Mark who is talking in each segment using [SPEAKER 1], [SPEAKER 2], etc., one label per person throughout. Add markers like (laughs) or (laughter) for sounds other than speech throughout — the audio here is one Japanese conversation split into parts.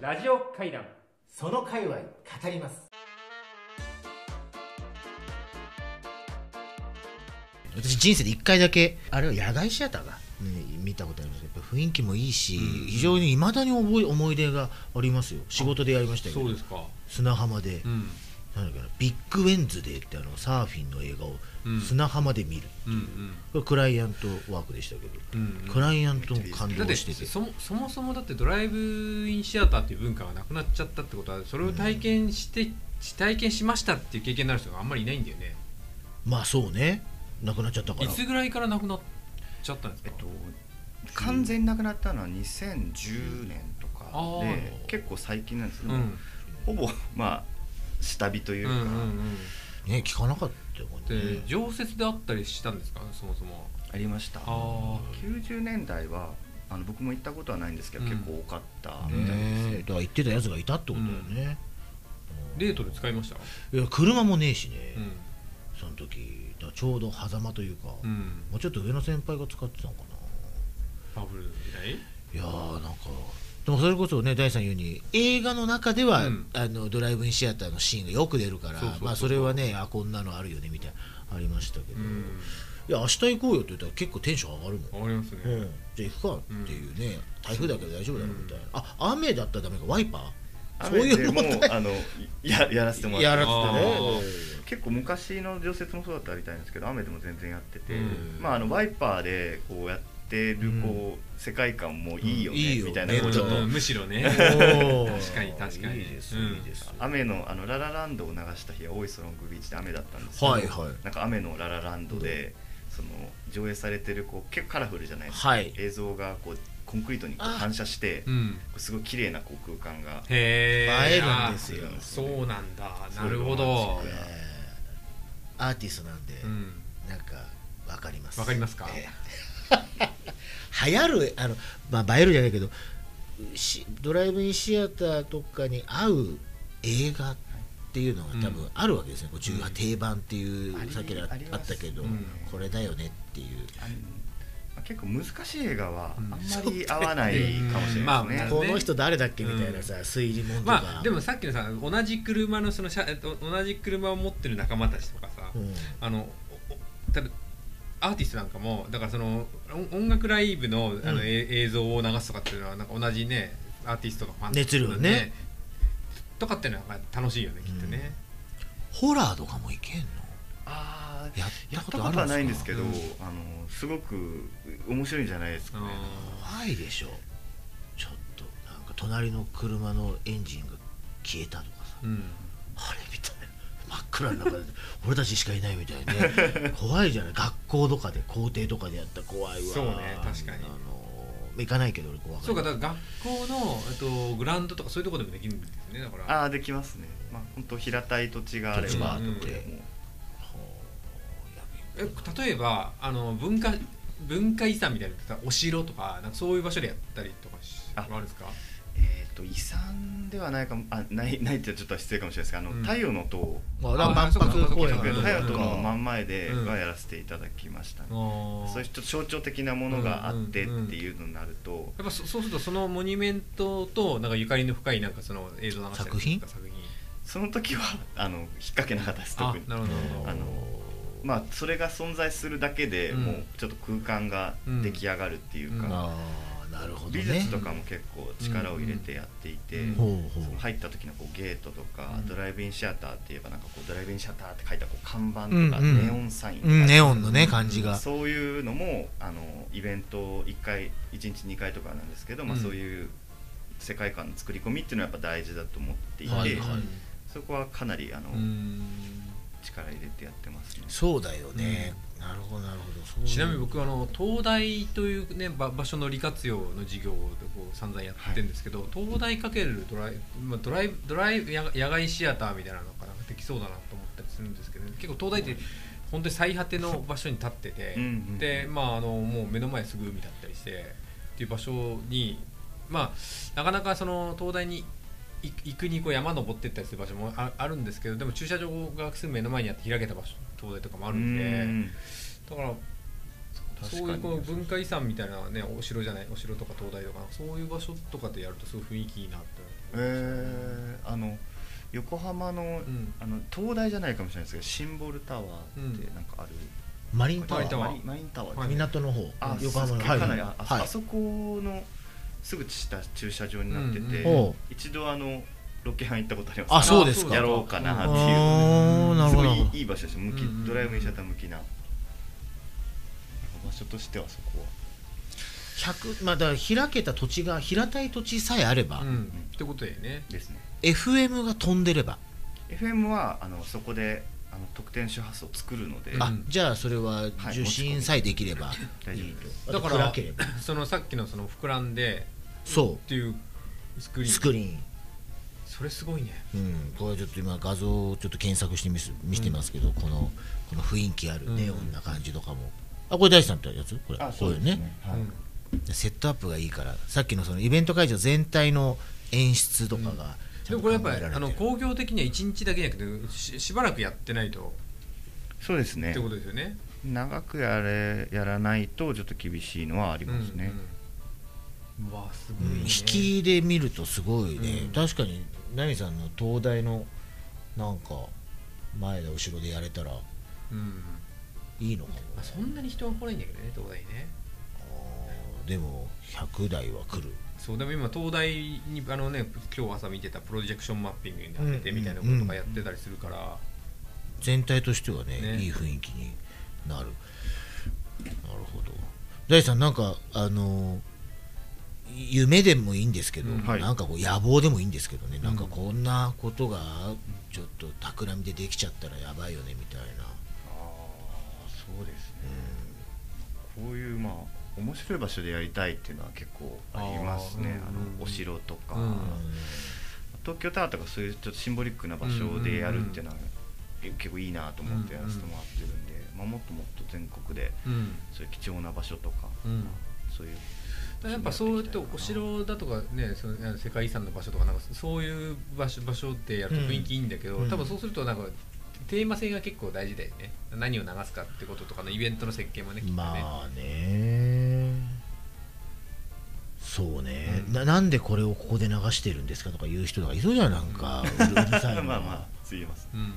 [SPEAKER 1] ラジオ会談
[SPEAKER 2] その界隈語ります
[SPEAKER 3] 私人生で1回だけあれは野外シアターが、うん見たことありますやっぱ雰囲気もいいし、非常にいまだに覚え思い出がありますよ仕事でやりましたけど
[SPEAKER 4] ですか。
[SPEAKER 3] 砂浜で、
[SPEAKER 4] うん。
[SPEAKER 3] なんだっけなビッグウェンズデーってあのサーフィンの映画を
[SPEAKER 4] うん
[SPEAKER 3] 砂浜で見る、
[SPEAKER 4] うん
[SPEAKER 3] これクライアントワークでしたけど、
[SPEAKER 4] うん。
[SPEAKER 3] クライアントも感
[SPEAKER 4] だっ
[SPEAKER 3] 動
[SPEAKER 4] て
[SPEAKER 3] してて
[SPEAKER 4] そもそもそもだってドライブインシアターっていう文化がなくなっちゃったってことはそれを体験して、体験しましたっていう経験になる人があんまりいないんだよね
[SPEAKER 3] まあそうねなくなっちゃったか
[SPEAKER 4] い
[SPEAKER 3] ら
[SPEAKER 4] つぐらいからなくなっちゃったんです
[SPEAKER 5] えっ
[SPEAKER 4] か、
[SPEAKER 5] と、完全になくなったのは2010年とか
[SPEAKER 4] あー
[SPEAKER 5] で結構最近なんですけ
[SPEAKER 4] う
[SPEAKER 5] ど、
[SPEAKER 4] ん
[SPEAKER 5] ほぼまあ下火といううん
[SPEAKER 4] う
[SPEAKER 5] か、
[SPEAKER 4] んうん
[SPEAKER 3] ね聞かなかったよね
[SPEAKER 4] で常設であったりしたんですかそもそも
[SPEAKER 5] ありました
[SPEAKER 4] あ
[SPEAKER 5] 90年代はあの僕も行ったことはないんですけど、
[SPEAKER 4] うん
[SPEAKER 5] 結構多かったみたいです、
[SPEAKER 3] ねだから言ってたやつがいたってことだよね、
[SPEAKER 4] デートで使いました
[SPEAKER 3] いや車もねえしね、
[SPEAKER 4] うん
[SPEAKER 3] その時だからちょうど狭間というか、
[SPEAKER 4] う
[SPEAKER 3] も
[SPEAKER 4] ん
[SPEAKER 3] うちょっと上の先輩が使ってたのかな
[SPEAKER 4] バブル時代
[SPEAKER 3] いやーなんかでもそれこそね第三言うに映画の中では、
[SPEAKER 4] うん
[SPEAKER 3] あのドライブインシアターのシーンがよく出るから
[SPEAKER 4] そうそうそうそう
[SPEAKER 3] まあそれはねあこんなのあるよねみたいなありましたけど、いや明日行こうよって言ったら結構テンション上がるもん、
[SPEAKER 4] わかりますね、
[SPEAKER 3] うん、じゃあ行くかっていうね、台風だけど大丈夫だろうみたいな、あ雨だったらダメかワイパーそう
[SPEAKER 5] 雨
[SPEAKER 3] い
[SPEAKER 5] で
[SPEAKER 3] う
[SPEAKER 5] も
[SPEAKER 3] 問
[SPEAKER 5] う
[SPEAKER 3] 題
[SPEAKER 5] あのややらせても
[SPEAKER 3] や
[SPEAKER 5] らって
[SPEAKER 3] ら
[SPEAKER 5] ま
[SPEAKER 3] せ
[SPEAKER 5] す
[SPEAKER 3] てね
[SPEAKER 5] 結構昔の常設もそうだったみたいなんですけど雨でも全然やってて、
[SPEAKER 4] うん
[SPEAKER 5] まあ、あのワイパーでこうやってるこう、世界観もいいよ
[SPEAKER 3] うんい
[SPEAKER 5] ね、
[SPEAKER 3] いよ
[SPEAKER 5] みたいな
[SPEAKER 3] ね
[SPEAKER 5] こうちょっと
[SPEAKER 4] うんむしろね
[SPEAKER 3] おー
[SPEAKER 4] 確かに確かに
[SPEAKER 3] いいです
[SPEAKER 4] うん
[SPEAKER 3] いいです、
[SPEAKER 5] 雨のあのララランドを流した日は大磯ロングビーチで雨だったんですけど、
[SPEAKER 3] はいはい
[SPEAKER 5] なんか雨のララランドで、その上映されてるこう結構カラフルじゃないですか、
[SPEAKER 3] はい
[SPEAKER 5] 映像がこうコンクリートにこう
[SPEAKER 3] あ
[SPEAKER 5] 反射して
[SPEAKER 4] うん
[SPEAKER 5] すごい綺麗なこう空間が
[SPEAKER 4] へえ
[SPEAKER 3] 映えるんですよ
[SPEAKER 4] そうなんだなるほど
[SPEAKER 5] そういうのが
[SPEAKER 3] アーティストなんで、
[SPEAKER 4] うん
[SPEAKER 3] なんかわかります
[SPEAKER 4] わかりますか
[SPEAKER 3] ええ (laughs) 流行るあの、まあ、映えるじゃないけどしドライブインシアターとかに合う映画っていうのが多
[SPEAKER 4] う
[SPEAKER 3] 分
[SPEAKER 4] ん
[SPEAKER 3] あるわけですね、こう重
[SPEAKER 4] うん
[SPEAKER 3] 定番っていう、
[SPEAKER 5] あり
[SPEAKER 3] さっきあ
[SPEAKER 5] あり
[SPEAKER 3] あ
[SPEAKER 5] ま
[SPEAKER 3] っ
[SPEAKER 5] す
[SPEAKER 3] たけど、
[SPEAKER 4] うん
[SPEAKER 3] これだよねっていう、
[SPEAKER 5] あのまあ結構難しい映画はあ
[SPEAKER 4] うんん
[SPEAKER 5] まり合わないかもしれないですね
[SPEAKER 4] うんまあ。
[SPEAKER 3] この人誰だっけみたいなさ、推理問とか、
[SPEAKER 4] まあでもさっきのさ同じ車のその車えっと同じ車を持ってる仲間たちとかさ、
[SPEAKER 3] うん
[SPEAKER 4] あのおおただアーティストなんかもだからその音音楽ライブのあ
[SPEAKER 3] う
[SPEAKER 4] の、
[SPEAKER 3] ん
[SPEAKER 4] え映像を流すとかっていうのはなんか同じねアーティストがファン
[SPEAKER 3] 熱量ね
[SPEAKER 4] とかっていうのは楽しいよねきっとね、
[SPEAKER 3] ホラーとかもいけんの
[SPEAKER 5] あー
[SPEAKER 3] や
[SPEAKER 5] や
[SPEAKER 3] っ
[SPEAKER 5] った
[SPEAKER 3] こと
[SPEAKER 5] た
[SPEAKER 3] あ
[SPEAKER 5] こ
[SPEAKER 3] る
[SPEAKER 5] とはないん
[SPEAKER 3] ん
[SPEAKER 5] で
[SPEAKER 3] ですす
[SPEAKER 5] け
[SPEAKER 3] か
[SPEAKER 5] ど、
[SPEAKER 4] うん
[SPEAKER 5] あのすごく面白いんじゃないですかね。
[SPEAKER 3] 怖いでしょちょっとなんか隣の車のエンジンが消えたとかさ
[SPEAKER 4] うん
[SPEAKER 3] あれみたいな真っ暗の中で俺たちしかいないみたいね怖いじゃない学校とかで校庭とかでやったら怖いわ
[SPEAKER 4] そうね確かに
[SPEAKER 3] あの行かないけど俺怖い
[SPEAKER 4] そうかだから学校のえっとグラウンドとかそういうところでもできるんですねだから
[SPEAKER 5] ああできますね。まあ本当平たい土地があれ
[SPEAKER 3] 土地が
[SPEAKER 5] ば
[SPEAKER 3] あっ
[SPEAKER 5] ど
[SPEAKER 3] て
[SPEAKER 5] こでも。
[SPEAKER 4] え例えばあの文化文化遺産みたいなのってお城とかなんかそういう場所でやったりとかし
[SPEAKER 5] あ
[SPEAKER 4] あるんですか
[SPEAKER 5] えっ、と遺産ではないかもあないないってちょっと失礼かもしれないですけど、あの、
[SPEAKER 4] うん
[SPEAKER 5] 太陽の塔
[SPEAKER 3] まあ、だから
[SPEAKER 4] あ
[SPEAKER 3] 万博公園
[SPEAKER 4] そうかそうか
[SPEAKER 5] 太陽
[SPEAKER 4] うん
[SPEAKER 3] と
[SPEAKER 5] の塔
[SPEAKER 3] か
[SPEAKER 5] の真ん前で
[SPEAKER 4] うん
[SPEAKER 5] はやらせていただきましたね。
[SPEAKER 4] あ
[SPEAKER 5] そうい
[SPEAKER 4] ー
[SPEAKER 5] うちょっと象徴的なものがあってっ
[SPEAKER 4] うんうんうん
[SPEAKER 5] ていうのになると、
[SPEAKER 4] やっぱそそうするとそのモニュメントとなんかゆかりの深いなんかその映像流したりとか
[SPEAKER 3] 作品
[SPEAKER 4] 作品
[SPEAKER 5] その時はあの引っ掛けなかったです特に
[SPEAKER 4] あなるほどなるほど
[SPEAKER 5] あのまあそれが存在するだけで、
[SPEAKER 4] うん
[SPEAKER 5] もうちょっと空間が出来上がるっていうか、
[SPEAKER 4] うん
[SPEAKER 3] あーなるほど
[SPEAKER 5] 美術
[SPEAKER 3] ね
[SPEAKER 5] とかも結構力を入れてやっていて、
[SPEAKER 4] うん
[SPEAKER 3] ほうほう
[SPEAKER 5] その入った時のこうゲートとか、
[SPEAKER 4] うん
[SPEAKER 5] ドライブインシアターっていえばなんかこうドライブインシアターって書いたこう看板とか、
[SPEAKER 3] うんうん
[SPEAKER 5] ネオンサインと
[SPEAKER 3] う
[SPEAKER 5] か、
[SPEAKER 3] んネオンのね感じが
[SPEAKER 5] そういうのもあのイベント1回1日2回とかなんですけど、まあ、
[SPEAKER 4] うん
[SPEAKER 5] そういう世界観の作り込みっていうのはやっぱ大事だと思っていて、
[SPEAKER 3] はいはい
[SPEAKER 5] そこはかなりあの、
[SPEAKER 4] うん
[SPEAKER 5] 力入れてやってますね。
[SPEAKER 3] そうだよね、なるほどなるほどそういう
[SPEAKER 4] ちなみに僕あの東大という、ね、ば場所の利活用の授業をこう散々やってるんですけど、東大かけるドライまあドライドライや野外シアターみたいなのがなんかできそうだなと思ったりするんですけど、結構東大って本当に最果ての場所に立ってて、
[SPEAKER 5] うんうんうん
[SPEAKER 4] でまああのもう目の前すぐ海だったりしてっていう場所にまあなかなかその東大に行行くにこう山登ってったりする場所もああるんですけどでも駐車場がすぐ目の前にあって開けた場所東大とかもあるんで。
[SPEAKER 5] うん
[SPEAKER 4] だから
[SPEAKER 5] 確
[SPEAKER 4] そ
[SPEAKER 5] かに
[SPEAKER 4] ういうこう文化遺産みたいなねお城じゃないお城とか灯台とかそういう場所とかでやるとすごい雰囲気いいなって
[SPEAKER 5] えー、あの横浜の,、
[SPEAKER 4] ん
[SPEAKER 5] あの東大じゃないかもしれないですけどシンボルタワーってなんかある、
[SPEAKER 3] マリンタ
[SPEAKER 4] マ
[SPEAKER 3] ワ
[SPEAKER 4] リンタワ
[SPEAKER 3] ー
[SPEAKER 4] ー
[SPEAKER 5] マリンマリンタワー、
[SPEAKER 4] はい
[SPEAKER 3] 港の方
[SPEAKER 5] あ
[SPEAKER 3] 横浜の
[SPEAKER 5] かなりあ,、
[SPEAKER 3] は
[SPEAKER 5] あ
[SPEAKER 3] い
[SPEAKER 5] あそこのすぐ下駐車場になってて、
[SPEAKER 4] うん
[SPEAKER 3] うんおう
[SPEAKER 5] 一度あのロケハン行ったことあります
[SPEAKER 3] あそうです
[SPEAKER 4] あ
[SPEAKER 3] か
[SPEAKER 5] やろうかなっていう
[SPEAKER 3] あーなる
[SPEAKER 5] す
[SPEAKER 3] ほ
[SPEAKER 5] ご
[SPEAKER 3] ど
[SPEAKER 5] いいいいい場所です向き、
[SPEAKER 4] うんうん
[SPEAKER 5] ドライブにシャター向きななんか場所としてはそこは
[SPEAKER 3] 100まあだから開けた土地が平たい土地さえあれば、
[SPEAKER 4] うん、ってことだよね
[SPEAKER 5] ですね
[SPEAKER 3] FM が飛んでれば、
[SPEAKER 5] FM はあのそこであの特典周波数を作るので
[SPEAKER 4] うん
[SPEAKER 3] あじゃあそれは受信さえできれば、
[SPEAKER 5] 大丈夫です
[SPEAKER 3] あ
[SPEAKER 4] だ
[SPEAKER 3] と
[SPEAKER 4] か
[SPEAKER 3] 暗
[SPEAKER 4] ら
[SPEAKER 3] ければ
[SPEAKER 4] (laughs) そのさっきのその膨らんで
[SPEAKER 3] そ
[SPEAKER 4] っていうスク
[SPEAKER 3] う
[SPEAKER 4] リーン
[SPEAKER 3] スクリーン
[SPEAKER 4] それすごいね
[SPEAKER 3] うん、これはちょっと今画像をちょっと検索してみす見してますけど、このこの雰囲気ある
[SPEAKER 4] うん
[SPEAKER 3] ネオンな感じとかも、あこれ大地さんってやつこれ
[SPEAKER 5] あ
[SPEAKER 3] こ
[SPEAKER 5] そうう
[SPEAKER 3] い
[SPEAKER 5] で
[SPEAKER 3] う
[SPEAKER 5] すね
[SPEAKER 3] ね
[SPEAKER 5] はい
[SPEAKER 4] うん
[SPEAKER 3] セットアップがいいからさっきのそのイベント会場全体の演出とかがち
[SPEAKER 4] で
[SPEAKER 3] ゃ
[SPEAKER 4] も
[SPEAKER 3] んと考え
[SPEAKER 4] これやっぱり
[SPEAKER 3] られ
[SPEAKER 4] あ
[SPEAKER 3] てる、
[SPEAKER 4] の工業的には1日だけじゃなくてししばらくやってないと
[SPEAKER 5] そうです
[SPEAKER 4] っ
[SPEAKER 5] ね
[SPEAKER 4] てことですよね
[SPEAKER 5] 長くやれやらないとちょっと厳しいのはありますね、
[SPEAKER 4] うんうんうわす
[SPEAKER 3] う
[SPEAKER 4] ご
[SPEAKER 3] ん
[SPEAKER 4] いね、
[SPEAKER 3] 引きで見るとすごいね、
[SPEAKER 4] うん
[SPEAKER 3] 確かに奈美さんの東大のなんか前だ後ろでやれたら
[SPEAKER 4] うん
[SPEAKER 3] いいのかもね、
[SPEAKER 4] まあ、そんなに人は来ないんだけどね東大ね
[SPEAKER 3] あーでも100台は来る
[SPEAKER 4] そうでも今東大にあのね今日朝見てたプロジェクションマッピングに当ててみたいなこととかやってたりするから、
[SPEAKER 3] 全体としてはね
[SPEAKER 4] ね
[SPEAKER 3] いい雰囲気になるなるほど大地さんなんかあのー夢でもいいんですけど、
[SPEAKER 4] うん
[SPEAKER 5] はい
[SPEAKER 3] なんかこう野望でもいいんですけどね、なんか
[SPEAKER 4] うん
[SPEAKER 3] こんなことがちょっと企みでできちゃったらやばいよねみたいな、
[SPEAKER 5] ああそうですね、こういうまあ面白い場所でやりたいっていうのは結構ありますね
[SPEAKER 4] あー
[SPEAKER 5] あ
[SPEAKER 4] うんうんうん
[SPEAKER 5] のお城とか、
[SPEAKER 4] うん
[SPEAKER 5] 東京タワーとかそういうちょっとシンボリックな場所でやるっていうのは結構いいなと思ってやらせてもらってるんで、まあ、もっともっと全国で
[SPEAKER 4] うん
[SPEAKER 5] そういう貴重な場所とか、
[SPEAKER 4] うん
[SPEAKER 5] まあそういう
[SPEAKER 4] だからやっぱそうやってお城だとかねそのあの世界遺産の場所とかなんかそういう場所場所でやると雰囲気いいんだけど、
[SPEAKER 3] うん
[SPEAKER 4] 多分そうするとなんかテーマ性が結構大事だよね何を流すかってこととかのイベントの設計もねきっとね、
[SPEAKER 3] まあねそうね、
[SPEAKER 4] うん
[SPEAKER 3] ななんでこれをここで流してるんですかとか言う人とかいそうじゃんなんかうるうるさい
[SPEAKER 5] ま
[SPEAKER 3] な
[SPEAKER 5] (laughs) あまあすいません
[SPEAKER 4] うん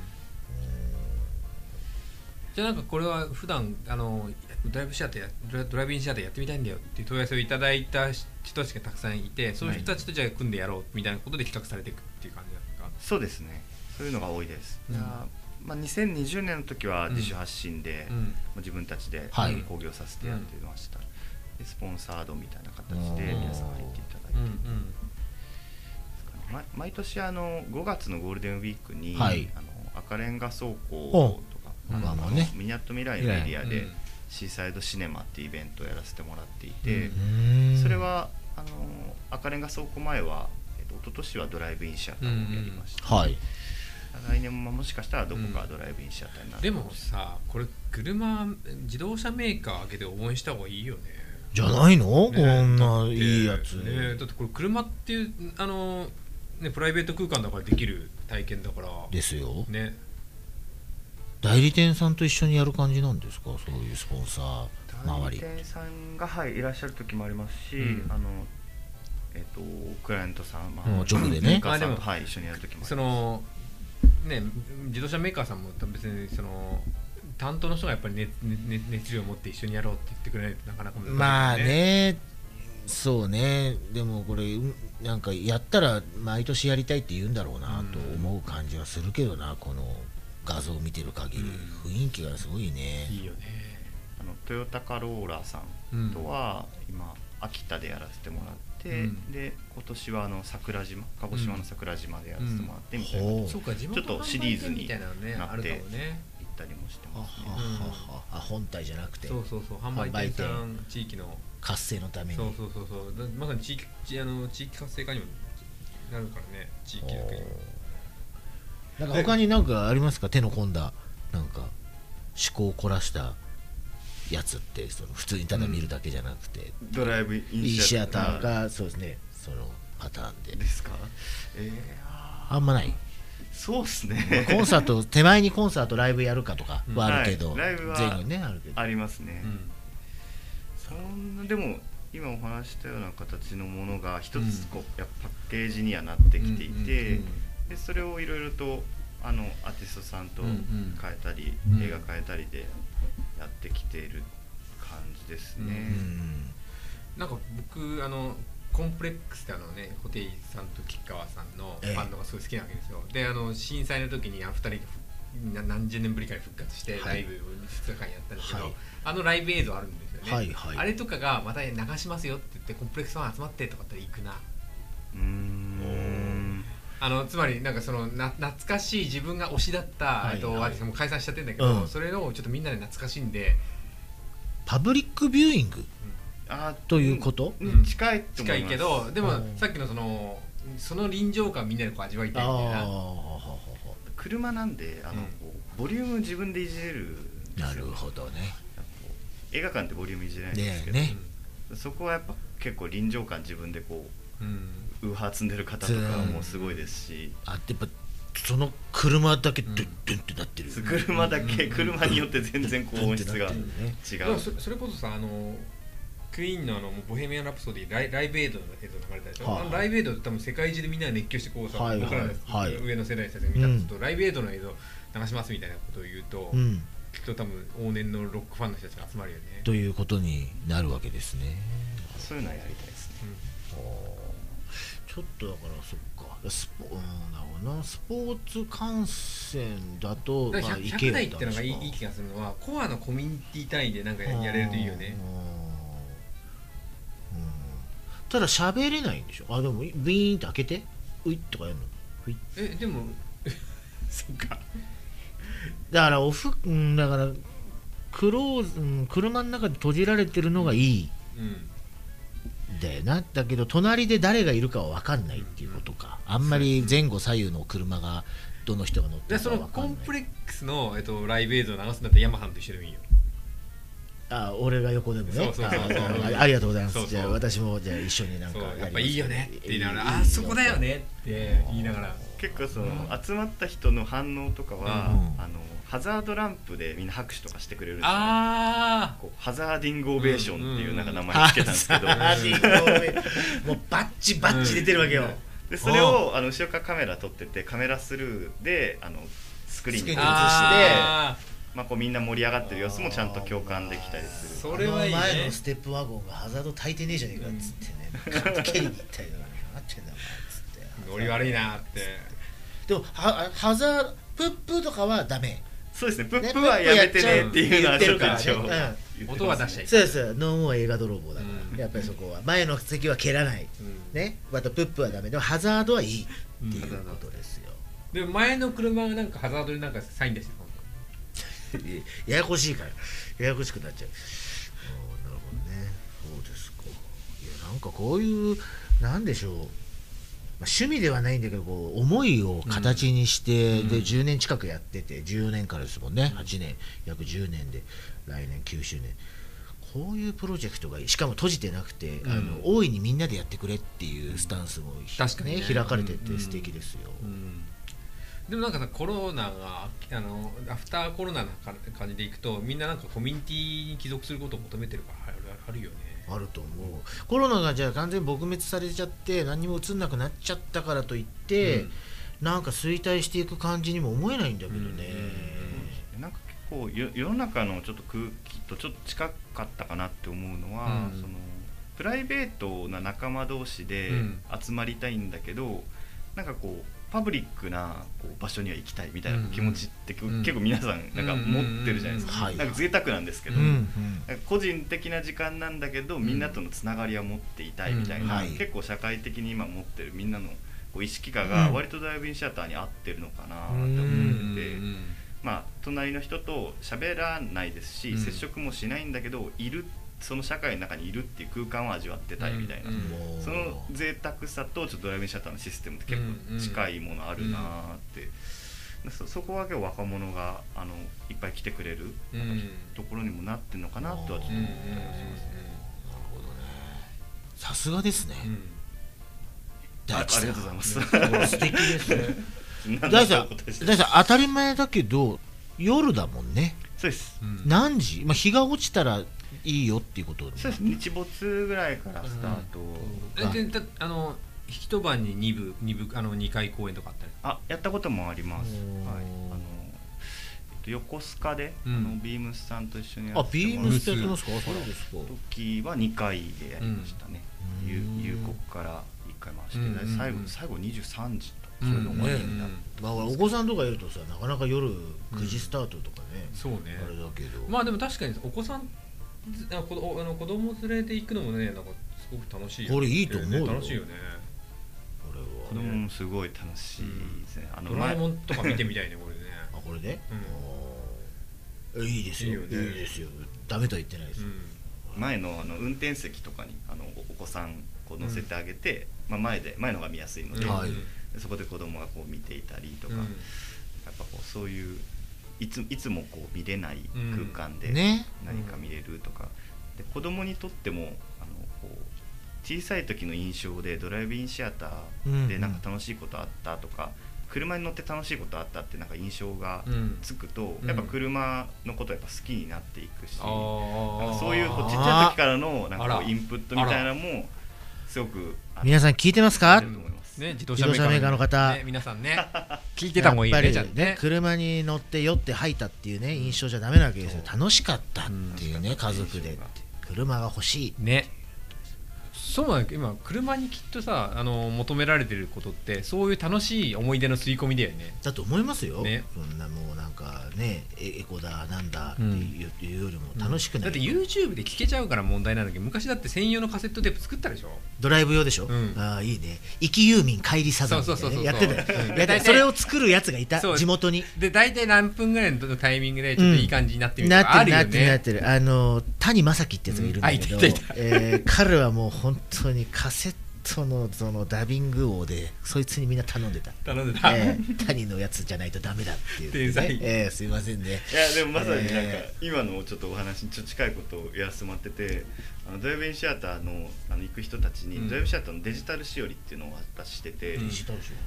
[SPEAKER 4] じゃあなんかこれは普段あのドライブシアターやドラドライビングシアターやってみたいんだよっていう問い合わせをいただいた人たちがたくさんいてそういう人たちとじゃあ組んでやろうみたいなことで企画されていくっていう感じなんですか、
[SPEAKER 5] そうですねそういうのが多いです、
[SPEAKER 4] うん
[SPEAKER 5] いやーまあ、2020年の時は自主発信で、
[SPEAKER 4] う
[SPEAKER 5] ま
[SPEAKER 4] ん
[SPEAKER 5] あ自分たちで
[SPEAKER 3] はい
[SPEAKER 5] 興行させてやってました、でスポンサードみたいな形で
[SPEAKER 3] うん
[SPEAKER 5] 皆さん入っていただいて
[SPEAKER 4] う
[SPEAKER 5] る
[SPEAKER 4] ん
[SPEAKER 5] んですかね、ま毎年あの5月のゴールデンウィークに、
[SPEAKER 3] はい
[SPEAKER 5] あの赤レンガ倉庫とか
[SPEAKER 4] うん
[SPEAKER 5] あの
[SPEAKER 3] うんね
[SPEAKER 5] みなとみらいのエリア
[SPEAKER 4] うん
[SPEAKER 5] で、
[SPEAKER 4] うん
[SPEAKER 5] シーサイドシネマっていうイベントをやらせてもらっていて、
[SPEAKER 3] うん
[SPEAKER 5] それはあの赤レンガ倉庫前は、えっと一昨年はドライブインシアターをやりました、
[SPEAKER 3] はい
[SPEAKER 5] 来年ももしかしたらどこかドライブインシアターになる
[SPEAKER 4] で
[SPEAKER 5] か
[SPEAKER 4] も
[SPEAKER 5] し
[SPEAKER 4] さこれ車自動車メーカー挙げて応援した方がいいよね
[SPEAKER 3] じゃないの、
[SPEAKER 4] ね
[SPEAKER 3] こんないいやつ、
[SPEAKER 4] だってねだってこれ車っていうあの、ね、プライベート空間だからできる体験だから
[SPEAKER 3] ですよ
[SPEAKER 4] ね
[SPEAKER 3] 代理店さんと一緒にやる感じなんですかそういうスポンサー
[SPEAKER 5] れない
[SPEAKER 3] 周
[SPEAKER 5] 代理
[SPEAKER 3] り
[SPEAKER 5] 店さんが、はい、いらっしゃる時もありますし、
[SPEAKER 4] うん
[SPEAKER 5] あのえっとクライアントさん、ま
[SPEAKER 3] うん直でね
[SPEAKER 5] メーカーさん
[SPEAKER 4] まあでも
[SPEAKER 5] と、はい、一緒にやる時もあります
[SPEAKER 4] そのね自動車メーカーさんも別にその担当の人がやっぱり熱熱熱量を持って一緒にやろうって言ってくれないとなかなか難しいよ
[SPEAKER 3] まあねそうねでもこれうんなんかやったら毎年やりたいって言うんだろうなと思う感じはするけどなこの画像を見てる限り、
[SPEAKER 4] う
[SPEAKER 3] 雰囲気がすごいね
[SPEAKER 4] いいよね
[SPEAKER 5] あのトヨタカローラさんとは今秋田でやらせてもらっ
[SPEAKER 4] う
[SPEAKER 5] て、
[SPEAKER 4] ん
[SPEAKER 5] で今年はあの桜島鹿児島の桜島でやらせてもらってみたいな、
[SPEAKER 3] ほ
[SPEAKER 5] 行
[SPEAKER 3] う
[SPEAKER 4] そうか地
[SPEAKER 5] ち
[SPEAKER 4] 元
[SPEAKER 5] ょっとシリーズに
[SPEAKER 4] 販売店みたいなのね
[SPEAKER 5] なって
[SPEAKER 4] あるかもね
[SPEAKER 5] ったりもして
[SPEAKER 3] はは
[SPEAKER 5] ますね、
[SPEAKER 3] ははあ本体じゃなくて
[SPEAKER 4] そうそうそう販売店さん地域の
[SPEAKER 3] 活性のために
[SPEAKER 4] そうそうそうそうだまさに地域地あの地域活性化にもなるからね地域だけにも
[SPEAKER 3] なんか他になんかありますか手の込んだなんか趣向を凝らしたやつってその普通にただ見るだけじゃなくて、
[SPEAKER 5] ドライブイ
[SPEAKER 3] いい
[SPEAKER 5] ン
[SPEAKER 3] シ
[SPEAKER 5] シ
[SPEAKER 3] ア
[SPEAKER 5] ア
[SPEAKER 3] タ
[SPEAKER 5] タ
[SPEAKER 3] ー
[SPEAKER 5] ー
[SPEAKER 3] がそうですねそのパターンで
[SPEAKER 5] ですかえーあ
[SPEAKER 3] あんまない
[SPEAKER 5] ーそうっす
[SPEAKER 3] まあ
[SPEAKER 5] ね
[SPEAKER 3] コ
[SPEAKER 5] (laughs)
[SPEAKER 3] ンサート手前にコンサートライブやるかとかはあるけど、
[SPEAKER 5] はいライブは
[SPEAKER 3] 前後にねあるけど
[SPEAKER 5] ありますね、
[SPEAKER 4] うん
[SPEAKER 5] そんなでも今お話したような形のものが一つこう、やっぱパッケージにはなってきてい
[SPEAKER 4] うん
[SPEAKER 5] て、
[SPEAKER 4] うんうん
[SPEAKER 5] でそれをいろいろとあのアーティストさんと
[SPEAKER 4] うんう
[SPEAKER 5] 変
[SPEAKER 4] ん
[SPEAKER 5] えたり、
[SPEAKER 4] うん
[SPEAKER 5] 映画変えたりでやってきている感じですね。
[SPEAKER 3] うん
[SPEAKER 4] なんか僕あのコンプレックスってあのね布袋さんと吉川さんの
[SPEAKER 3] ええ
[SPEAKER 4] バンドがすごい好きなわけですよ、であの震災の時にあの二人がふな何十年ぶりかに復活して
[SPEAKER 3] は
[SPEAKER 4] ラ
[SPEAKER 3] い
[SPEAKER 4] イブを2日間やったんですけど、
[SPEAKER 3] はい
[SPEAKER 4] あのライブ映像あるんですよね、
[SPEAKER 3] はいはい
[SPEAKER 4] あれとかがまた流しますよって言ってコンプレックスファン集まってとかって行くな
[SPEAKER 5] うーん
[SPEAKER 4] あのつまりなんかそのな懐かしい自分が推しだった、
[SPEAKER 3] はい
[SPEAKER 4] えっと
[SPEAKER 3] はい
[SPEAKER 4] 私もう解散しちゃってんだけど、
[SPEAKER 3] うん
[SPEAKER 4] それをちょっとみんなで懐かしんで
[SPEAKER 3] パブリックビューイング
[SPEAKER 5] あ
[SPEAKER 3] ということ
[SPEAKER 5] うんうん近いと思
[SPEAKER 4] 近
[SPEAKER 5] い
[SPEAKER 4] い
[SPEAKER 5] ます
[SPEAKER 4] けどでも
[SPEAKER 3] うん
[SPEAKER 4] さっきのそのその臨場感みんなでこう味わいたいみたいな。
[SPEAKER 3] あ
[SPEAKER 5] 車なんであ
[SPEAKER 4] う
[SPEAKER 5] の、
[SPEAKER 4] ん
[SPEAKER 5] こうボリューム自分でいじれるん
[SPEAKER 3] あ
[SPEAKER 5] です
[SPEAKER 3] な
[SPEAKER 5] よ
[SPEAKER 3] るほどね
[SPEAKER 5] なんかこう映画館ってボリュームいじれないんです
[SPEAKER 3] ねえ
[SPEAKER 5] けど、
[SPEAKER 3] ね
[SPEAKER 5] そこはやっぱ結構臨場感自分でこ
[SPEAKER 4] うん
[SPEAKER 5] うウーハー積んでる方とかもすごいですし、
[SPEAKER 3] あやっぱその車だけドゥッ
[SPEAKER 4] うん
[SPEAKER 3] ドゥンってなってる
[SPEAKER 5] 車だけ、
[SPEAKER 4] うん
[SPEAKER 5] 車によって全然こう音質
[SPEAKER 3] ド
[SPEAKER 5] が違
[SPEAKER 3] ゥ
[SPEAKER 5] う
[SPEAKER 3] ンってなってるね
[SPEAKER 4] でもそそれこそさあのクイーンのあの「ボヘミアン・ラプソディライ」ライブエイドの映像流れたでしょ、
[SPEAKER 3] はい
[SPEAKER 4] あのライブエイドって多分世界中でみんなが熱狂してこうさ、
[SPEAKER 3] はい
[SPEAKER 4] 僕らの
[SPEAKER 3] はいはい
[SPEAKER 4] 上の世代の人たちが見たんですけど、ライブエイドの映像流しますみたいなことを言うと、
[SPEAKER 3] うん
[SPEAKER 4] きっと多分往年のロックファンの人たちが集まるよね。
[SPEAKER 3] ということになるわけですね
[SPEAKER 5] そういうのはやりたいですね
[SPEAKER 3] あーちょっとだからそっかスポ,、うん、なるほどなスポーツ観戦だと
[SPEAKER 4] うんだから
[SPEAKER 3] まあ
[SPEAKER 4] 100, 台ってのがい
[SPEAKER 3] 池
[SPEAKER 4] いいい気がするのはコアのコミュニティ単位でなんかやれるといいよね
[SPEAKER 3] あーうんただ喋れないんでしょあでもいビーンって開けてういっとかやるのふい
[SPEAKER 4] えでも (laughs) そっか
[SPEAKER 3] だからオフうんだからクローズ、うん、車の中で閉じられてるのがいい
[SPEAKER 4] うん
[SPEAKER 3] んだよなだけど隣で誰がいるかは分かんないっていうことかあんまり前後左右の車がどの人が乗って
[SPEAKER 4] で
[SPEAKER 3] るか
[SPEAKER 4] そ
[SPEAKER 3] は
[SPEAKER 4] の
[SPEAKER 3] 分か
[SPEAKER 4] コン
[SPEAKER 3] ん
[SPEAKER 4] プ
[SPEAKER 3] ない
[SPEAKER 4] レックスの、えっと、ライブ映像を流すんだったらヤマハンと一緒でもいいよ
[SPEAKER 3] あ俺が横でもね
[SPEAKER 4] そうそうそう
[SPEAKER 3] あーあありがとうございます
[SPEAKER 4] そうそう
[SPEAKER 3] じゃあ私もじゃあ一緒になん
[SPEAKER 4] そ
[SPEAKER 3] かり
[SPEAKER 4] う
[SPEAKER 3] ます
[SPEAKER 4] やっぱいいよねって言いなが
[SPEAKER 3] い
[SPEAKER 4] ら
[SPEAKER 3] い
[SPEAKER 4] 「
[SPEAKER 3] よ
[SPEAKER 4] あーそこだよね」って言いながら
[SPEAKER 5] 結構その集まった人の反応とかは、
[SPEAKER 3] うん
[SPEAKER 5] あのハザードランプでみんな拍手とかしてくれるんですよね
[SPEAKER 4] あ
[SPEAKER 5] こうハザーディングオベーションっていうなんか名前
[SPEAKER 3] (laughs) あ
[SPEAKER 5] つけたんですけど、
[SPEAKER 3] ハーディングもうバッチバッチ出てるわけよ、
[SPEAKER 5] でそれをあの後ろからカメラ撮っててカメラスルーであのスクリーンに
[SPEAKER 3] スクリーン
[SPEAKER 5] 映して
[SPEAKER 3] に映
[SPEAKER 4] あ
[SPEAKER 5] まあ、こうみんな盛り上がってる様子もちゃんと共感できたりする
[SPEAKER 4] それはいいね
[SPEAKER 3] あの前のステップワゴンがハザード焚いてねえじゃねえかっつってね、蹴りに行ったりとかねなっちゃうんだよお前っつっ
[SPEAKER 4] ー
[SPEAKER 3] て
[SPEAKER 4] ノリ悪いなーって
[SPEAKER 3] でもはハザードプップーとかはダメ
[SPEAKER 5] そうですねプップはやめてねっていうのはちょっと一応言ってますね
[SPEAKER 4] 音は出しちゃいけ
[SPEAKER 3] そ
[SPEAKER 4] な
[SPEAKER 3] う
[SPEAKER 4] い
[SPEAKER 3] ですノンは映画泥棒だから、
[SPEAKER 4] うん
[SPEAKER 3] やっぱりそこは前の席は蹴らない
[SPEAKER 4] うん
[SPEAKER 3] ねまたプップはダメでもハザードはいいっていうことですよ、
[SPEAKER 4] で前の車がなんかハザードでなんかサイン出してたもん
[SPEAKER 3] (laughs) ややこしいからややこしくなっちゃうあーなるほどねそうですかいやなんかこういうなんでしょうまあ趣味ではないんだけどこう思いを形にして、
[SPEAKER 4] うん
[SPEAKER 3] で
[SPEAKER 4] うん
[SPEAKER 3] 10年近くやってて14年からですもんね8年約10年で来年9周年こういうプロジェクトがいいしかも閉じてなくて、
[SPEAKER 4] うん
[SPEAKER 3] あの大いにみんなでやってくれっていうスタンスも、
[SPEAKER 4] 確かにね
[SPEAKER 3] 開かれてて素敵ですよ、
[SPEAKER 4] でもなんかさコロナがあのアフターコロナな感感じでいくとみんななんかコミュニティに帰属することを求めてるからあるあるよね
[SPEAKER 3] あると思うコロナがじゃあ完全に撲滅されちゃって何にも映んなくなっちゃったからといって、
[SPEAKER 4] うん
[SPEAKER 3] なんか衰退していく感じにも思えないんだけどね、
[SPEAKER 5] なんか結構よ世の中のちょっと空気とちょっと近かったかなって思うのは、
[SPEAKER 4] うん
[SPEAKER 5] そのプライベートな仲間同士で
[SPEAKER 4] うん
[SPEAKER 5] 集まりたいんだけど、なんかこうパブリックなこう場所には行きたいみたいな気持ちって、
[SPEAKER 4] うん
[SPEAKER 5] 結構皆さんなんか持ってるじゃないで
[SPEAKER 3] うんうん
[SPEAKER 5] すか、
[SPEAKER 3] うん
[SPEAKER 5] なんか贅沢なんですけど、
[SPEAKER 4] うん
[SPEAKER 5] なんか個人的な時間なんだけど、みんなとのつながりは持っていたいみたい
[SPEAKER 3] うん
[SPEAKER 5] な、
[SPEAKER 3] はい
[SPEAKER 5] 結構社会的に今持ってるみんなのこう意識化が
[SPEAKER 3] うん
[SPEAKER 5] 割とダイビングシアターに合ってるのかなと
[SPEAKER 3] う
[SPEAKER 5] 思
[SPEAKER 3] ん
[SPEAKER 5] ってて、まあ、隣の人と喋らないですし、
[SPEAKER 4] うん
[SPEAKER 5] 接触もしないんだけどいるその社会の中にいるっていう空間を味わってたいみたいな、
[SPEAKER 4] うん
[SPEAKER 3] もう
[SPEAKER 5] その贅沢さとちょっとドライビングシアターのシステムって結構近いものあるなーって、そそこは結構若者があのいっぱい来てくれる
[SPEAKER 4] うんうん
[SPEAKER 5] ところにもなってるのかなとはちょっと
[SPEAKER 4] うんう
[SPEAKER 5] 思
[SPEAKER 4] ん
[SPEAKER 5] ったりはしますね。
[SPEAKER 3] なるほどねさすがですね、
[SPEAKER 4] うん
[SPEAKER 3] 大地さん
[SPEAKER 5] あありがとうござい (laughs) ます。
[SPEAKER 3] 素敵ですね大
[SPEAKER 5] 大
[SPEAKER 3] 地
[SPEAKER 5] 丈
[SPEAKER 3] さん
[SPEAKER 5] 夫
[SPEAKER 3] 大地さん当たり前だけど夜だもんね
[SPEAKER 5] そうです。
[SPEAKER 4] うん
[SPEAKER 3] 何時、まあ、日が落ちたらいいよっていうこと
[SPEAKER 5] そうです日没ぐらいからスタート、
[SPEAKER 4] えでだあの一晩に二部二部あの二回公演とかあったり
[SPEAKER 5] あやったこともあります、
[SPEAKER 3] おー
[SPEAKER 5] はい、あの、えっと、横須賀で、
[SPEAKER 4] うん
[SPEAKER 5] あのビームスさんと一緒にや
[SPEAKER 3] あ
[SPEAKER 5] って
[SPEAKER 3] ビー
[SPEAKER 5] もら
[SPEAKER 3] ム
[SPEAKER 5] っ
[SPEAKER 3] スってやってますかそうですか
[SPEAKER 5] 時は2回でやりましたね、
[SPEAKER 3] うん
[SPEAKER 5] ゆ
[SPEAKER 3] うん
[SPEAKER 5] 夕刻から1回回して、
[SPEAKER 4] うんうんうん
[SPEAKER 5] 最後最後23時とか
[SPEAKER 4] うん
[SPEAKER 5] それで終わり
[SPEAKER 3] ね
[SPEAKER 5] になって、
[SPEAKER 3] まあ、お子さんとかいるとさなかなか夜9時スタートとかね、
[SPEAKER 4] そうね
[SPEAKER 3] あれだけど、
[SPEAKER 4] まあでも確かにお子さんあ子どあの子供連れて行くのもねなんかすごく楽しいよね
[SPEAKER 3] これいいと思うよ
[SPEAKER 4] 楽しいよね
[SPEAKER 3] これ
[SPEAKER 5] 子
[SPEAKER 3] は、
[SPEAKER 5] 供もすごい楽しいですね、あの
[SPEAKER 4] ドラえも
[SPEAKER 5] 前
[SPEAKER 4] んとか見てみたいねこれね
[SPEAKER 3] あこれで、あーいいですよ
[SPEAKER 4] い
[SPEAKER 3] い
[SPEAKER 4] い
[SPEAKER 3] い
[SPEAKER 4] よね
[SPEAKER 3] ですよダメとは言ってないです、
[SPEAKER 4] う
[SPEAKER 5] 前のあの運転席とかにあのおお子さんこう乗せてあげて、まあ、前で前のが見やすいので、
[SPEAKER 4] ん
[SPEAKER 3] はい
[SPEAKER 4] うん
[SPEAKER 5] そこで子供がこう見ていたりとか、
[SPEAKER 4] うん
[SPEAKER 5] やっぱこうそういういついつもこう見れない空間で
[SPEAKER 3] ね
[SPEAKER 5] 何か見れるとか、で子供にとってもあのこう小さい時の印象でドライブインシアター
[SPEAKER 3] う
[SPEAKER 5] で
[SPEAKER 3] ん
[SPEAKER 5] なんか楽しいことあったとか、車に乗って楽しいことあったってなんか印象が
[SPEAKER 4] うん
[SPEAKER 5] つくと、
[SPEAKER 4] うん
[SPEAKER 5] やっぱ車のことやっぱ好きになっていくし、
[SPEAKER 4] あ
[SPEAKER 5] なん
[SPEAKER 4] ー
[SPEAKER 5] かそういうこうちっちゃい時からのな
[SPEAKER 4] あ
[SPEAKER 5] んかこ
[SPEAKER 4] ら
[SPEAKER 5] うインプットみたいなのもすごくあの
[SPEAKER 3] 皆さん聞いてますか、
[SPEAKER 5] うん
[SPEAKER 4] ね自動車メーカー
[SPEAKER 3] 自動車メーカーの方
[SPEAKER 4] ね皆さんね聞いて
[SPEAKER 3] や
[SPEAKER 4] た
[SPEAKER 3] っ
[SPEAKER 4] 方
[SPEAKER 3] ぱ
[SPEAKER 4] がい
[SPEAKER 3] り
[SPEAKER 4] いねちゃんと
[SPEAKER 3] ね車に乗って酔って吐いたっていうね印象じゃダメなわけですよ楽しかったっていうね、
[SPEAKER 5] うん
[SPEAKER 3] 家族でって車が欲しい
[SPEAKER 4] ねそうなんだけど今車にきっとさあの求められてることってそういう楽しい思い出の吸い込みだよね
[SPEAKER 3] だと思いますよ、
[SPEAKER 4] ね
[SPEAKER 3] そんなもうなんかねエエコだなんだって
[SPEAKER 4] うん
[SPEAKER 3] いう,、よりも楽しくな
[SPEAKER 4] だっ
[SPEAKER 3] い
[SPEAKER 4] て YouTube で聴けちゃうから問題なんだけど昔だって専用のカセットテープ作ったでしょ
[SPEAKER 3] ドライブ用でしょ、
[SPEAKER 4] うん
[SPEAKER 3] ああいいね生きユーミン帰りサザンみたい
[SPEAKER 4] そう
[SPEAKER 3] な
[SPEAKER 4] そうそうそう
[SPEAKER 3] ねやってたよ
[SPEAKER 4] うん
[SPEAKER 3] やってた
[SPEAKER 4] 大体
[SPEAKER 3] それを作るやつがいた
[SPEAKER 4] そう
[SPEAKER 3] 地元に
[SPEAKER 4] で大体何分ぐらいのタイミングでちょっといい感じになってみる
[SPEAKER 3] な
[SPEAKER 4] とかあ
[SPEAKER 3] って
[SPEAKER 4] る
[SPEAKER 3] る
[SPEAKER 4] よ
[SPEAKER 3] なっ
[SPEAKER 4] ね、
[SPEAKER 3] てるなってるあの谷正樹ってやつがいるんだけ
[SPEAKER 4] う
[SPEAKER 3] ど、
[SPEAKER 4] んあいたいた
[SPEAKER 3] えー彼はもう本当にカセットのそのダビング王でそいつにみんな頼んで
[SPEAKER 4] (laughs)
[SPEAKER 3] た、
[SPEAKER 4] 頼んでた、
[SPEAKER 3] えー谷のやつじゃないとダメだっていう、ね、
[SPEAKER 4] (laughs) 天才
[SPEAKER 3] えーすいませんね
[SPEAKER 5] いやでもまさになんか
[SPEAKER 3] え
[SPEAKER 5] 今のちょっとお話にちょっと近いことをやらせてもらっててあのドライブインシアターのあの行く人たちに、
[SPEAKER 4] うん
[SPEAKER 5] ドライブインシアターのデジタルしおりっていうのを渡してて、
[SPEAKER 4] うん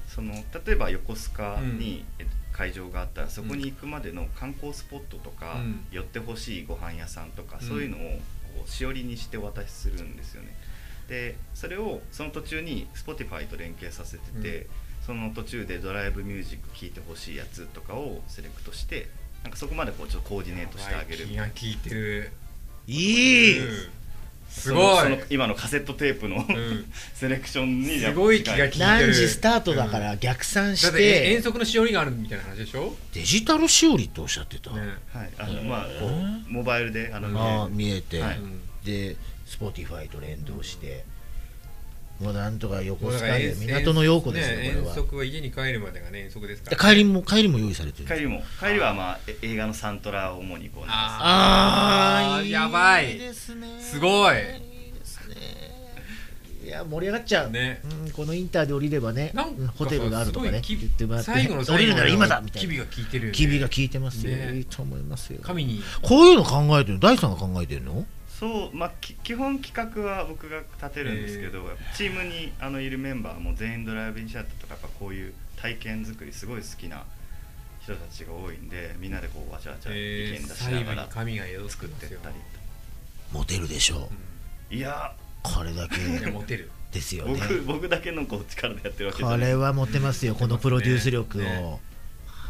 [SPEAKER 5] その例えば横須賀に、えっと会場があったらそこに行くまでの観光スポットと
[SPEAKER 4] う
[SPEAKER 5] か、
[SPEAKER 4] ん
[SPEAKER 5] 寄ってほしいご飯屋さんとか、
[SPEAKER 4] うん
[SPEAKER 5] そういうのをこうしおりにしてお渡しするんですよねでそれをその途中に Spotify と連携させてて、その途中でドライブミュージック聴いてほしいやつとかをセレクトしてなんかそこまでこうちょっとコーディネートしてあげるみ
[SPEAKER 4] 気
[SPEAKER 5] たい
[SPEAKER 4] が
[SPEAKER 5] な
[SPEAKER 4] 利いてる
[SPEAKER 3] いい、
[SPEAKER 4] うんす
[SPEAKER 5] そ
[SPEAKER 4] ご
[SPEAKER 5] の
[SPEAKER 4] い
[SPEAKER 5] その今のカセットテープの、
[SPEAKER 4] ん
[SPEAKER 5] (laughs) セレクションに
[SPEAKER 4] すごい気が利いてる
[SPEAKER 3] 何時スタートだから逆算
[SPEAKER 4] だ
[SPEAKER 3] し、
[SPEAKER 4] ってて遠足のしおりがあるみたいな話でしょ、
[SPEAKER 3] デジタルしおりっておっしゃってた、
[SPEAKER 4] ね
[SPEAKER 5] はいあのまあこ
[SPEAKER 3] うん
[SPEAKER 5] うモバイルであの、
[SPEAKER 3] ああ見えて、
[SPEAKER 5] はい
[SPEAKER 4] うん
[SPEAKER 3] で Spotify と連動して、もうなんとか横
[SPEAKER 4] もうだ
[SPEAKER 3] 須
[SPEAKER 4] か
[SPEAKER 3] 賀
[SPEAKER 4] ら
[SPEAKER 3] で
[SPEAKER 4] 遠
[SPEAKER 3] 港の陽子ですよ、
[SPEAKER 4] ね
[SPEAKER 3] これ
[SPEAKER 4] 遠
[SPEAKER 3] は
[SPEAKER 4] 足は家に帰るまでがね遠足ですか
[SPEAKER 3] で
[SPEAKER 4] ら、
[SPEAKER 3] 帰りも帰りも用意されてる
[SPEAKER 5] 帰りも帰りはまあえ映画のサントラを主にこう流す
[SPEAKER 4] あ
[SPEAKER 3] あ
[SPEAKER 4] あー
[SPEAKER 3] ー
[SPEAKER 4] やばい
[SPEAKER 3] いですね
[SPEAKER 4] すごい
[SPEAKER 3] いいですねいや盛り上がっちゃう、
[SPEAKER 4] ね
[SPEAKER 3] うん、このインターで降りればね
[SPEAKER 4] なん
[SPEAKER 3] うん
[SPEAKER 4] か
[SPEAKER 3] ホテルがあるとかね
[SPEAKER 4] す
[SPEAKER 3] 言
[SPEAKER 4] ごいき
[SPEAKER 3] ってもらって
[SPEAKER 4] 最後の
[SPEAKER 3] 降り
[SPEAKER 4] 最後
[SPEAKER 3] る
[SPEAKER 4] の
[SPEAKER 3] なら今だみたい
[SPEAKER 4] 機微
[SPEAKER 3] な
[SPEAKER 4] が効いてるよね
[SPEAKER 3] 機微が効いてますよ、
[SPEAKER 4] ね
[SPEAKER 3] いいと思いますよ
[SPEAKER 4] 神に
[SPEAKER 3] こういうの考えてるの大さんが考えてるの
[SPEAKER 5] そうまあき基本企画は僕が立てるんですけど、チームにあのいるメンバーも全員ドライブインシアターとかやっぱこういう体験作りすごい好きな人たちが多いんでみんなでこうわちゃわちゃ意
[SPEAKER 4] え
[SPEAKER 5] 見
[SPEAKER 4] ー
[SPEAKER 5] 出し
[SPEAKER 4] 細
[SPEAKER 5] なが
[SPEAKER 4] 部に
[SPEAKER 5] ら
[SPEAKER 4] 神が宿
[SPEAKER 5] 作
[SPEAKER 4] 作
[SPEAKER 5] っ
[SPEAKER 4] ってて
[SPEAKER 5] っ
[SPEAKER 4] よ
[SPEAKER 5] たり
[SPEAKER 3] モテるでしょう、
[SPEAKER 5] といや
[SPEAKER 3] これだけ
[SPEAKER 4] うんいやモテ
[SPEAKER 3] (laughs)
[SPEAKER 4] る
[SPEAKER 3] ですよね
[SPEAKER 5] 僕僕だけのこう力でやってるわけじゃ
[SPEAKER 3] こ
[SPEAKER 5] ない
[SPEAKER 3] れはモテますよ、このプロデュース力を。
[SPEAKER 4] ね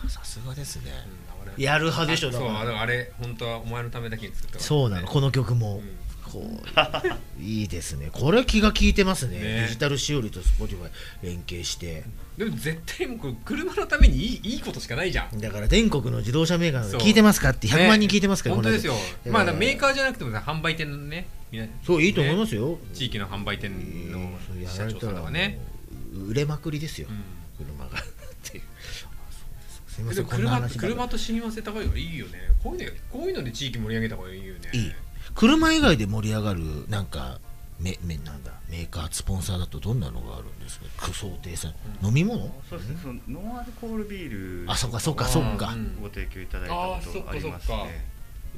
[SPEAKER 3] あさすがですね。
[SPEAKER 4] うんあれ
[SPEAKER 3] やる派でしょ、
[SPEAKER 4] あ
[SPEAKER 3] だ
[SPEAKER 4] そうあ
[SPEAKER 3] か
[SPEAKER 4] れ
[SPEAKER 3] ら。
[SPEAKER 4] あれ本当はお前のためだけに作ったから
[SPEAKER 3] そうなの、この曲も。
[SPEAKER 4] うん
[SPEAKER 3] こう (laughs) いいですね、これ気が利いてますね、
[SPEAKER 4] ね
[SPEAKER 3] デジタルしおりと Spotify 連携して、
[SPEAKER 4] でも絶対もうこれ車のためにいいいいことしかないじゃん
[SPEAKER 3] だから全国の自動車メーカー
[SPEAKER 4] そ
[SPEAKER 3] の
[SPEAKER 4] う
[SPEAKER 3] 聞いてますかって、100万人
[SPEAKER 4] ね
[SPEAKER 3] 聞いてますから、
[SPEAKER 4] 本当
[SPEAKER 3] この
[SPEAKER 4] で
[SPEAKER 3] 間
[SPEAKER 4] すよ、
[SPEAKER 3] えー
[SPEAKER 4] まあだからメーカーじゃなくてもさ販売店のねみんな
[SPEAKER 3] そう、いいと思います
[SPEAKER 4] ね
[SPEAKER 3] よ、
[SPEAKER 4] 地域の販売店の
[SPEAKER 3] えーそ
[SPEAKER 4] 社
[SPEAKER 3] うやられ
[SPEAKER 4] 長さ
[SPEAKER 3] た
[SPEAKER 4] ん
[SPEAKER 3] ら
[SPEAKER 4] と
[SPEAKER 3] も
[SPEAKER 4] かね、
[SPEAKER 3] う売れまくりですよ、
[SPEAKER 4] うん
[SPEAKER 3] 車がっていう。あそうですかすみま
[SPEAKER 4] で
[SPEAKER 3] せん、
[SPEAKER 4] も
[SPEAKER 3] こんな
[SPEAKER 4] 車
[SPEAKER 3] 話ばっかり
[SPEAKER 4] 車と親和性高いからいいよねこういうのこういうので地域盛り上げた方がいいよね
[SPEAKER 3] いい車以外で盛り上がるなんかめめなんだメーカースポンサーだとどんなのがあるんですかく想定さん飲み物
[SPEAKER 5] そうですねそのノンアルコールビール
[SPEAKER 3] あそっかそっかそっか、
[SPEAKER 4] うん
[SPEAKER 5] ご提供いただいたことがあります
[SPEAKER 4] あーそっかそっか
[SPEAKER 5] ね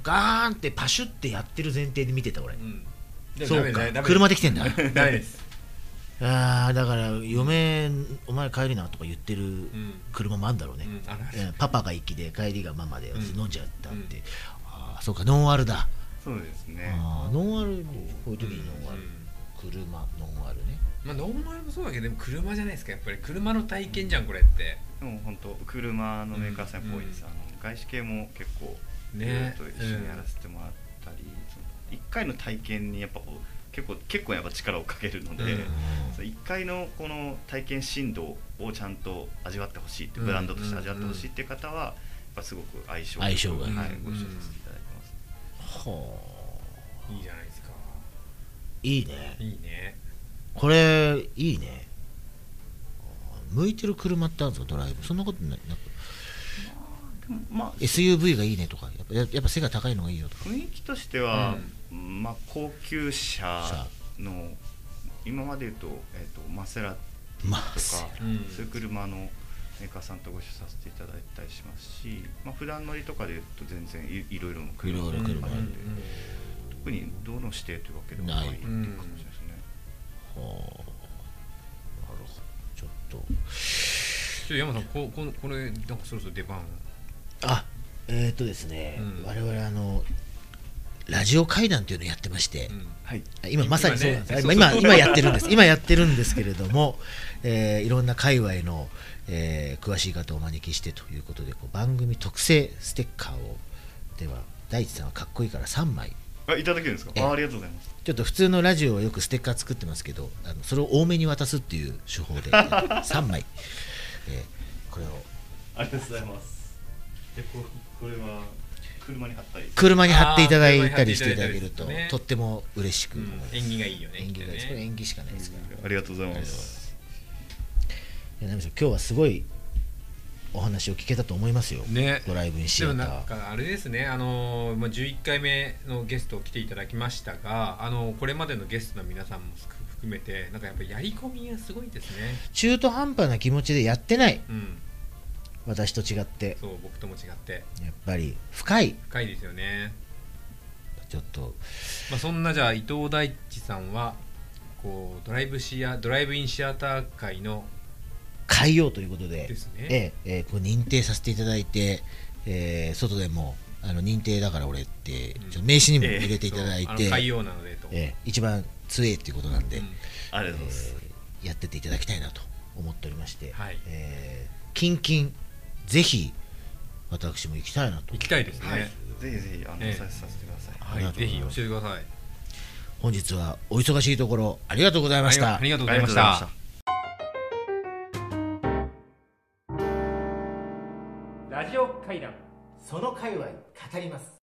[SPEAKER 3] ガーンってパシュってやってる前提で見てた俺、
[SPEAKER 4] うん
[SPEAKER 3] そうか車で来てんだ
[SPEAKER 4] (laughs) ダメ
[SPEAKER 3] (laughs)
[SPEAKER 4] です
[SPEAKER 3] あーだから嫁お前帰りなとか言ってる車もあるんだろうね、
[SPEAKER 4] うんあるある
[SPEAKER 3] うんパパが行きで帰りがママで
[SPEAKER 4] うん
[SPEAKER 3] 飲んじゃったって、ああそうかノンアルだ
[SPEAKER 5] そそうですね
[SPEAKER 3] あーノンアルこういう時にノンアル、
[SPEAKER 4] うん
[SPEAKER 3] 車ノンアルね
[SPEAKER 4] まあノーマルもそうだけどでも車じゃないですかやっぱり車の体験じゃんこれって
[SPEAKER 5] でも本当車のメーカーさんっぽいで
[SPEAKER 4] う
[SPEAKER 5] す、
[SPEAKER 4] ん
[SPEAKER 5] あの外資系も結構
[SPEAKER 4] ね
[SPEAKER 5] いろいろと一緒にやらせてもらったり、その一回の体験にやっぱこう結構結構やっぱ力をかけるので、
[SPEAKER 4] うん
[SPEAKER 5] その一回のこの体験振動をちゃんと味わってほしいってブランドとして味わってほしいっていう方はやっぱすごく相性
[SPEAKER 3] 相性がいい
[SPEAKER 5] はい
[SPEAKER 4] うん
[SPEAKER 5] ご一緒させていただいてます、
[SPEAKER 3] はあ
[SPEAKER 4] いいじゃないですか
[SPEAKER 3] いいね
[SPEAKER 4] いいね
[SPEAKER 3] これいいね向いてる車ってあるんですかドライブそんなことないなんか
[SPEAKER 5] でもまあ
[SPEAKER 3] SUV がいいねとかやっぱややっぱ背が高いのがいいよとか
[SPEAKER 5] 雰囲気としては、まあ高級車の今まで言うと,、えっとマセラ
[SPEAKER 3] ま
[SPEAKER 5] と
[SPEAKER 3] あ
[SPEAKER 5] か、
[SPEAKER 4] うん
[SPEAKER 5] そういう車のメーカーさんとご一緒させていただいたりしますし、まあ普段乗りとかで言うと全然いいろいろの車
[SPEAKER 3] いろいろ車
[SPEAKER 5] があるんで、
[SPEAKER 4] うん
[SPEAKER 5] 特にどの指定というわけでもないっていう感じですね。
[SPEAKER 3] はあなるほどちょっと
[SPEAKER 4] ちょっと山さんこここれなんかそろそろ出番
[SPEAKER 3] あえっ、とですね、
[SPEAKER 4] うん
[SPEAKER 3] 我々あのラジオ会談というのをやってまして、
[SPEAKER 4] うん
[SPEAKER 5] はい、
[SPEAKER 3] 今まさにそうなんです、
[SPEAKER 4] 今ね
[SPEAKER 3] 今
[SPEAKER 4] そうそう
[SPEAKER 3] 今やってるんです今やってるんですけれども、えーいろんな界隈の、えー詳しい方をお招きしてということでこう番組特製ステッカーをでは大地さんはかっこいいから3枚
[SPEAKER 5] あいただけるんですか
[SPEAKER 3] ええ
[SPEAKER 5] あありがとうございます。
[SPEAKER 3] ちょっと普通のラジオはよくステッカー作ってますけどあのそれを多めに渡すっていう手法で3 (laughs) 枚、えーこれを
[SPEAKER 5] ありがとうございます。でここれは車に貼ったり
[SPEAKER 3] 車に貼っていただいたりしていただける
[SPEAKER 4] あ
[SPEAKER 3] と、
[SPEAKER 4] ー車に貼っていただいたりするとね
[SPEAKER 3] とっても嬉しく
[SPEAKER 4] う
[SPEAKER 3] 思い
[SPEAKER 4] ん
[SPEAKER 3] ます、
[SPEAKER 4] 縁起がいいよね
[SPEAKER 3] 縁起がいいです
[SPEAKER 4] きっ
[SPEAKER 3] ことれ
[SPEAKER 4] ね
[SPEAKER 3] 縁起しかないですから、
[SPEAKER 5] ありがとうござい
[SPEAKER 3] ありが
[SPEAKER 5] ま。
[SPEAKER 3] とうございますいやナミさん今日はすごいお話を聞けたと思いますよ、
[SPEAKER 4] ね
[SPEAKER 3] ドライブインシ
[SPEAKER 4] で
[SPEAKER 3] ア
[SPEAKER 4] も
[SPEAKER 3] タ
[SPEAKER 4] なん
[SPEAKER 3] ー
[SPEAKER 4] かあれですね、あのーまあ、11回目のゲスト来ていただきましたが、あのーこれまでのゲストの皆さんも含含めてなんかやっぱりやり込みがすごいですね、
[SPEAKER 3] 中途半端な気持ちでやってない
[SPEAKER 4] うん、
[SPEAKER 3] 私と違って
[SPEAKER 4] そう僕とも違って
[SPEAKER 3] やっぱり深い
[SPEAKER 4] 深いですよね、
[SPEAKER 3] ちょっと
[SPEAKER 4] まあ、そんなじゃあ伊藤大地さんはこうドライブシアドライブインシアター界の
[SPEAKER 3] 変えようということで
[SPEAKER 4] ですね
[SPEAKER 3] ええええこう認定させていただいて、ええ外でもあの認定だから俺って、
[SPEAKER 4] うん
[SPEAKER 3] ちょっと名刺にも入れていただい
[SPEAKER 4] そうあ
[SPEAKER 3] て、
[SPEAKER 4] の
[SPEAKER 3] え
[SPEAKER 4] 海洋なのでと、
[SPEAKER 3] え一番強いっていうことなんで、
[SPEAKER 4] うん
[SPEAKER 5] あり
[SPEAKER 3] え
[SPEAKER 5] がとうございます。
[SPEAKER 3] えやってっていただきたいなと思っておりまして、
[SPEAKER 4] はい
[SPEAKER 3] ええキンキンぜひ私も行きたいなと
[SPEAKER 4] 行きたいですね、
[SPEAKER 5] はい、ぜひぜひあの、
[SPEAKER 4] ええ
[SPEAKER 5] させさせてください。
[SPEAKER 4] はい
[SPEAKER 3] ありがとうござ
[SPEAKER 4] ぜ
[SPEAKER 3] い
[SPEAKER 4] ひ教
[SPEAKER 3] ま
[SPEAKER 4] え
[SPEAKER 3] す
[SPEAKER 4] てください
[SPEAKER 3] 本日はお忙しいところありがとうございまし
[SPEAKER 4] あ
[SPEAKER 3] た
[SPEAKER 4] りがとうご
[SPEAKER 5] あ
[SPEAKER 4] ざいまし
[SPEAKER 5] りがとうございま
[SPEAKER 4] た
[SPEAKER 5] した。
[SPEAKER 2] ラジオ会談その界隈語ります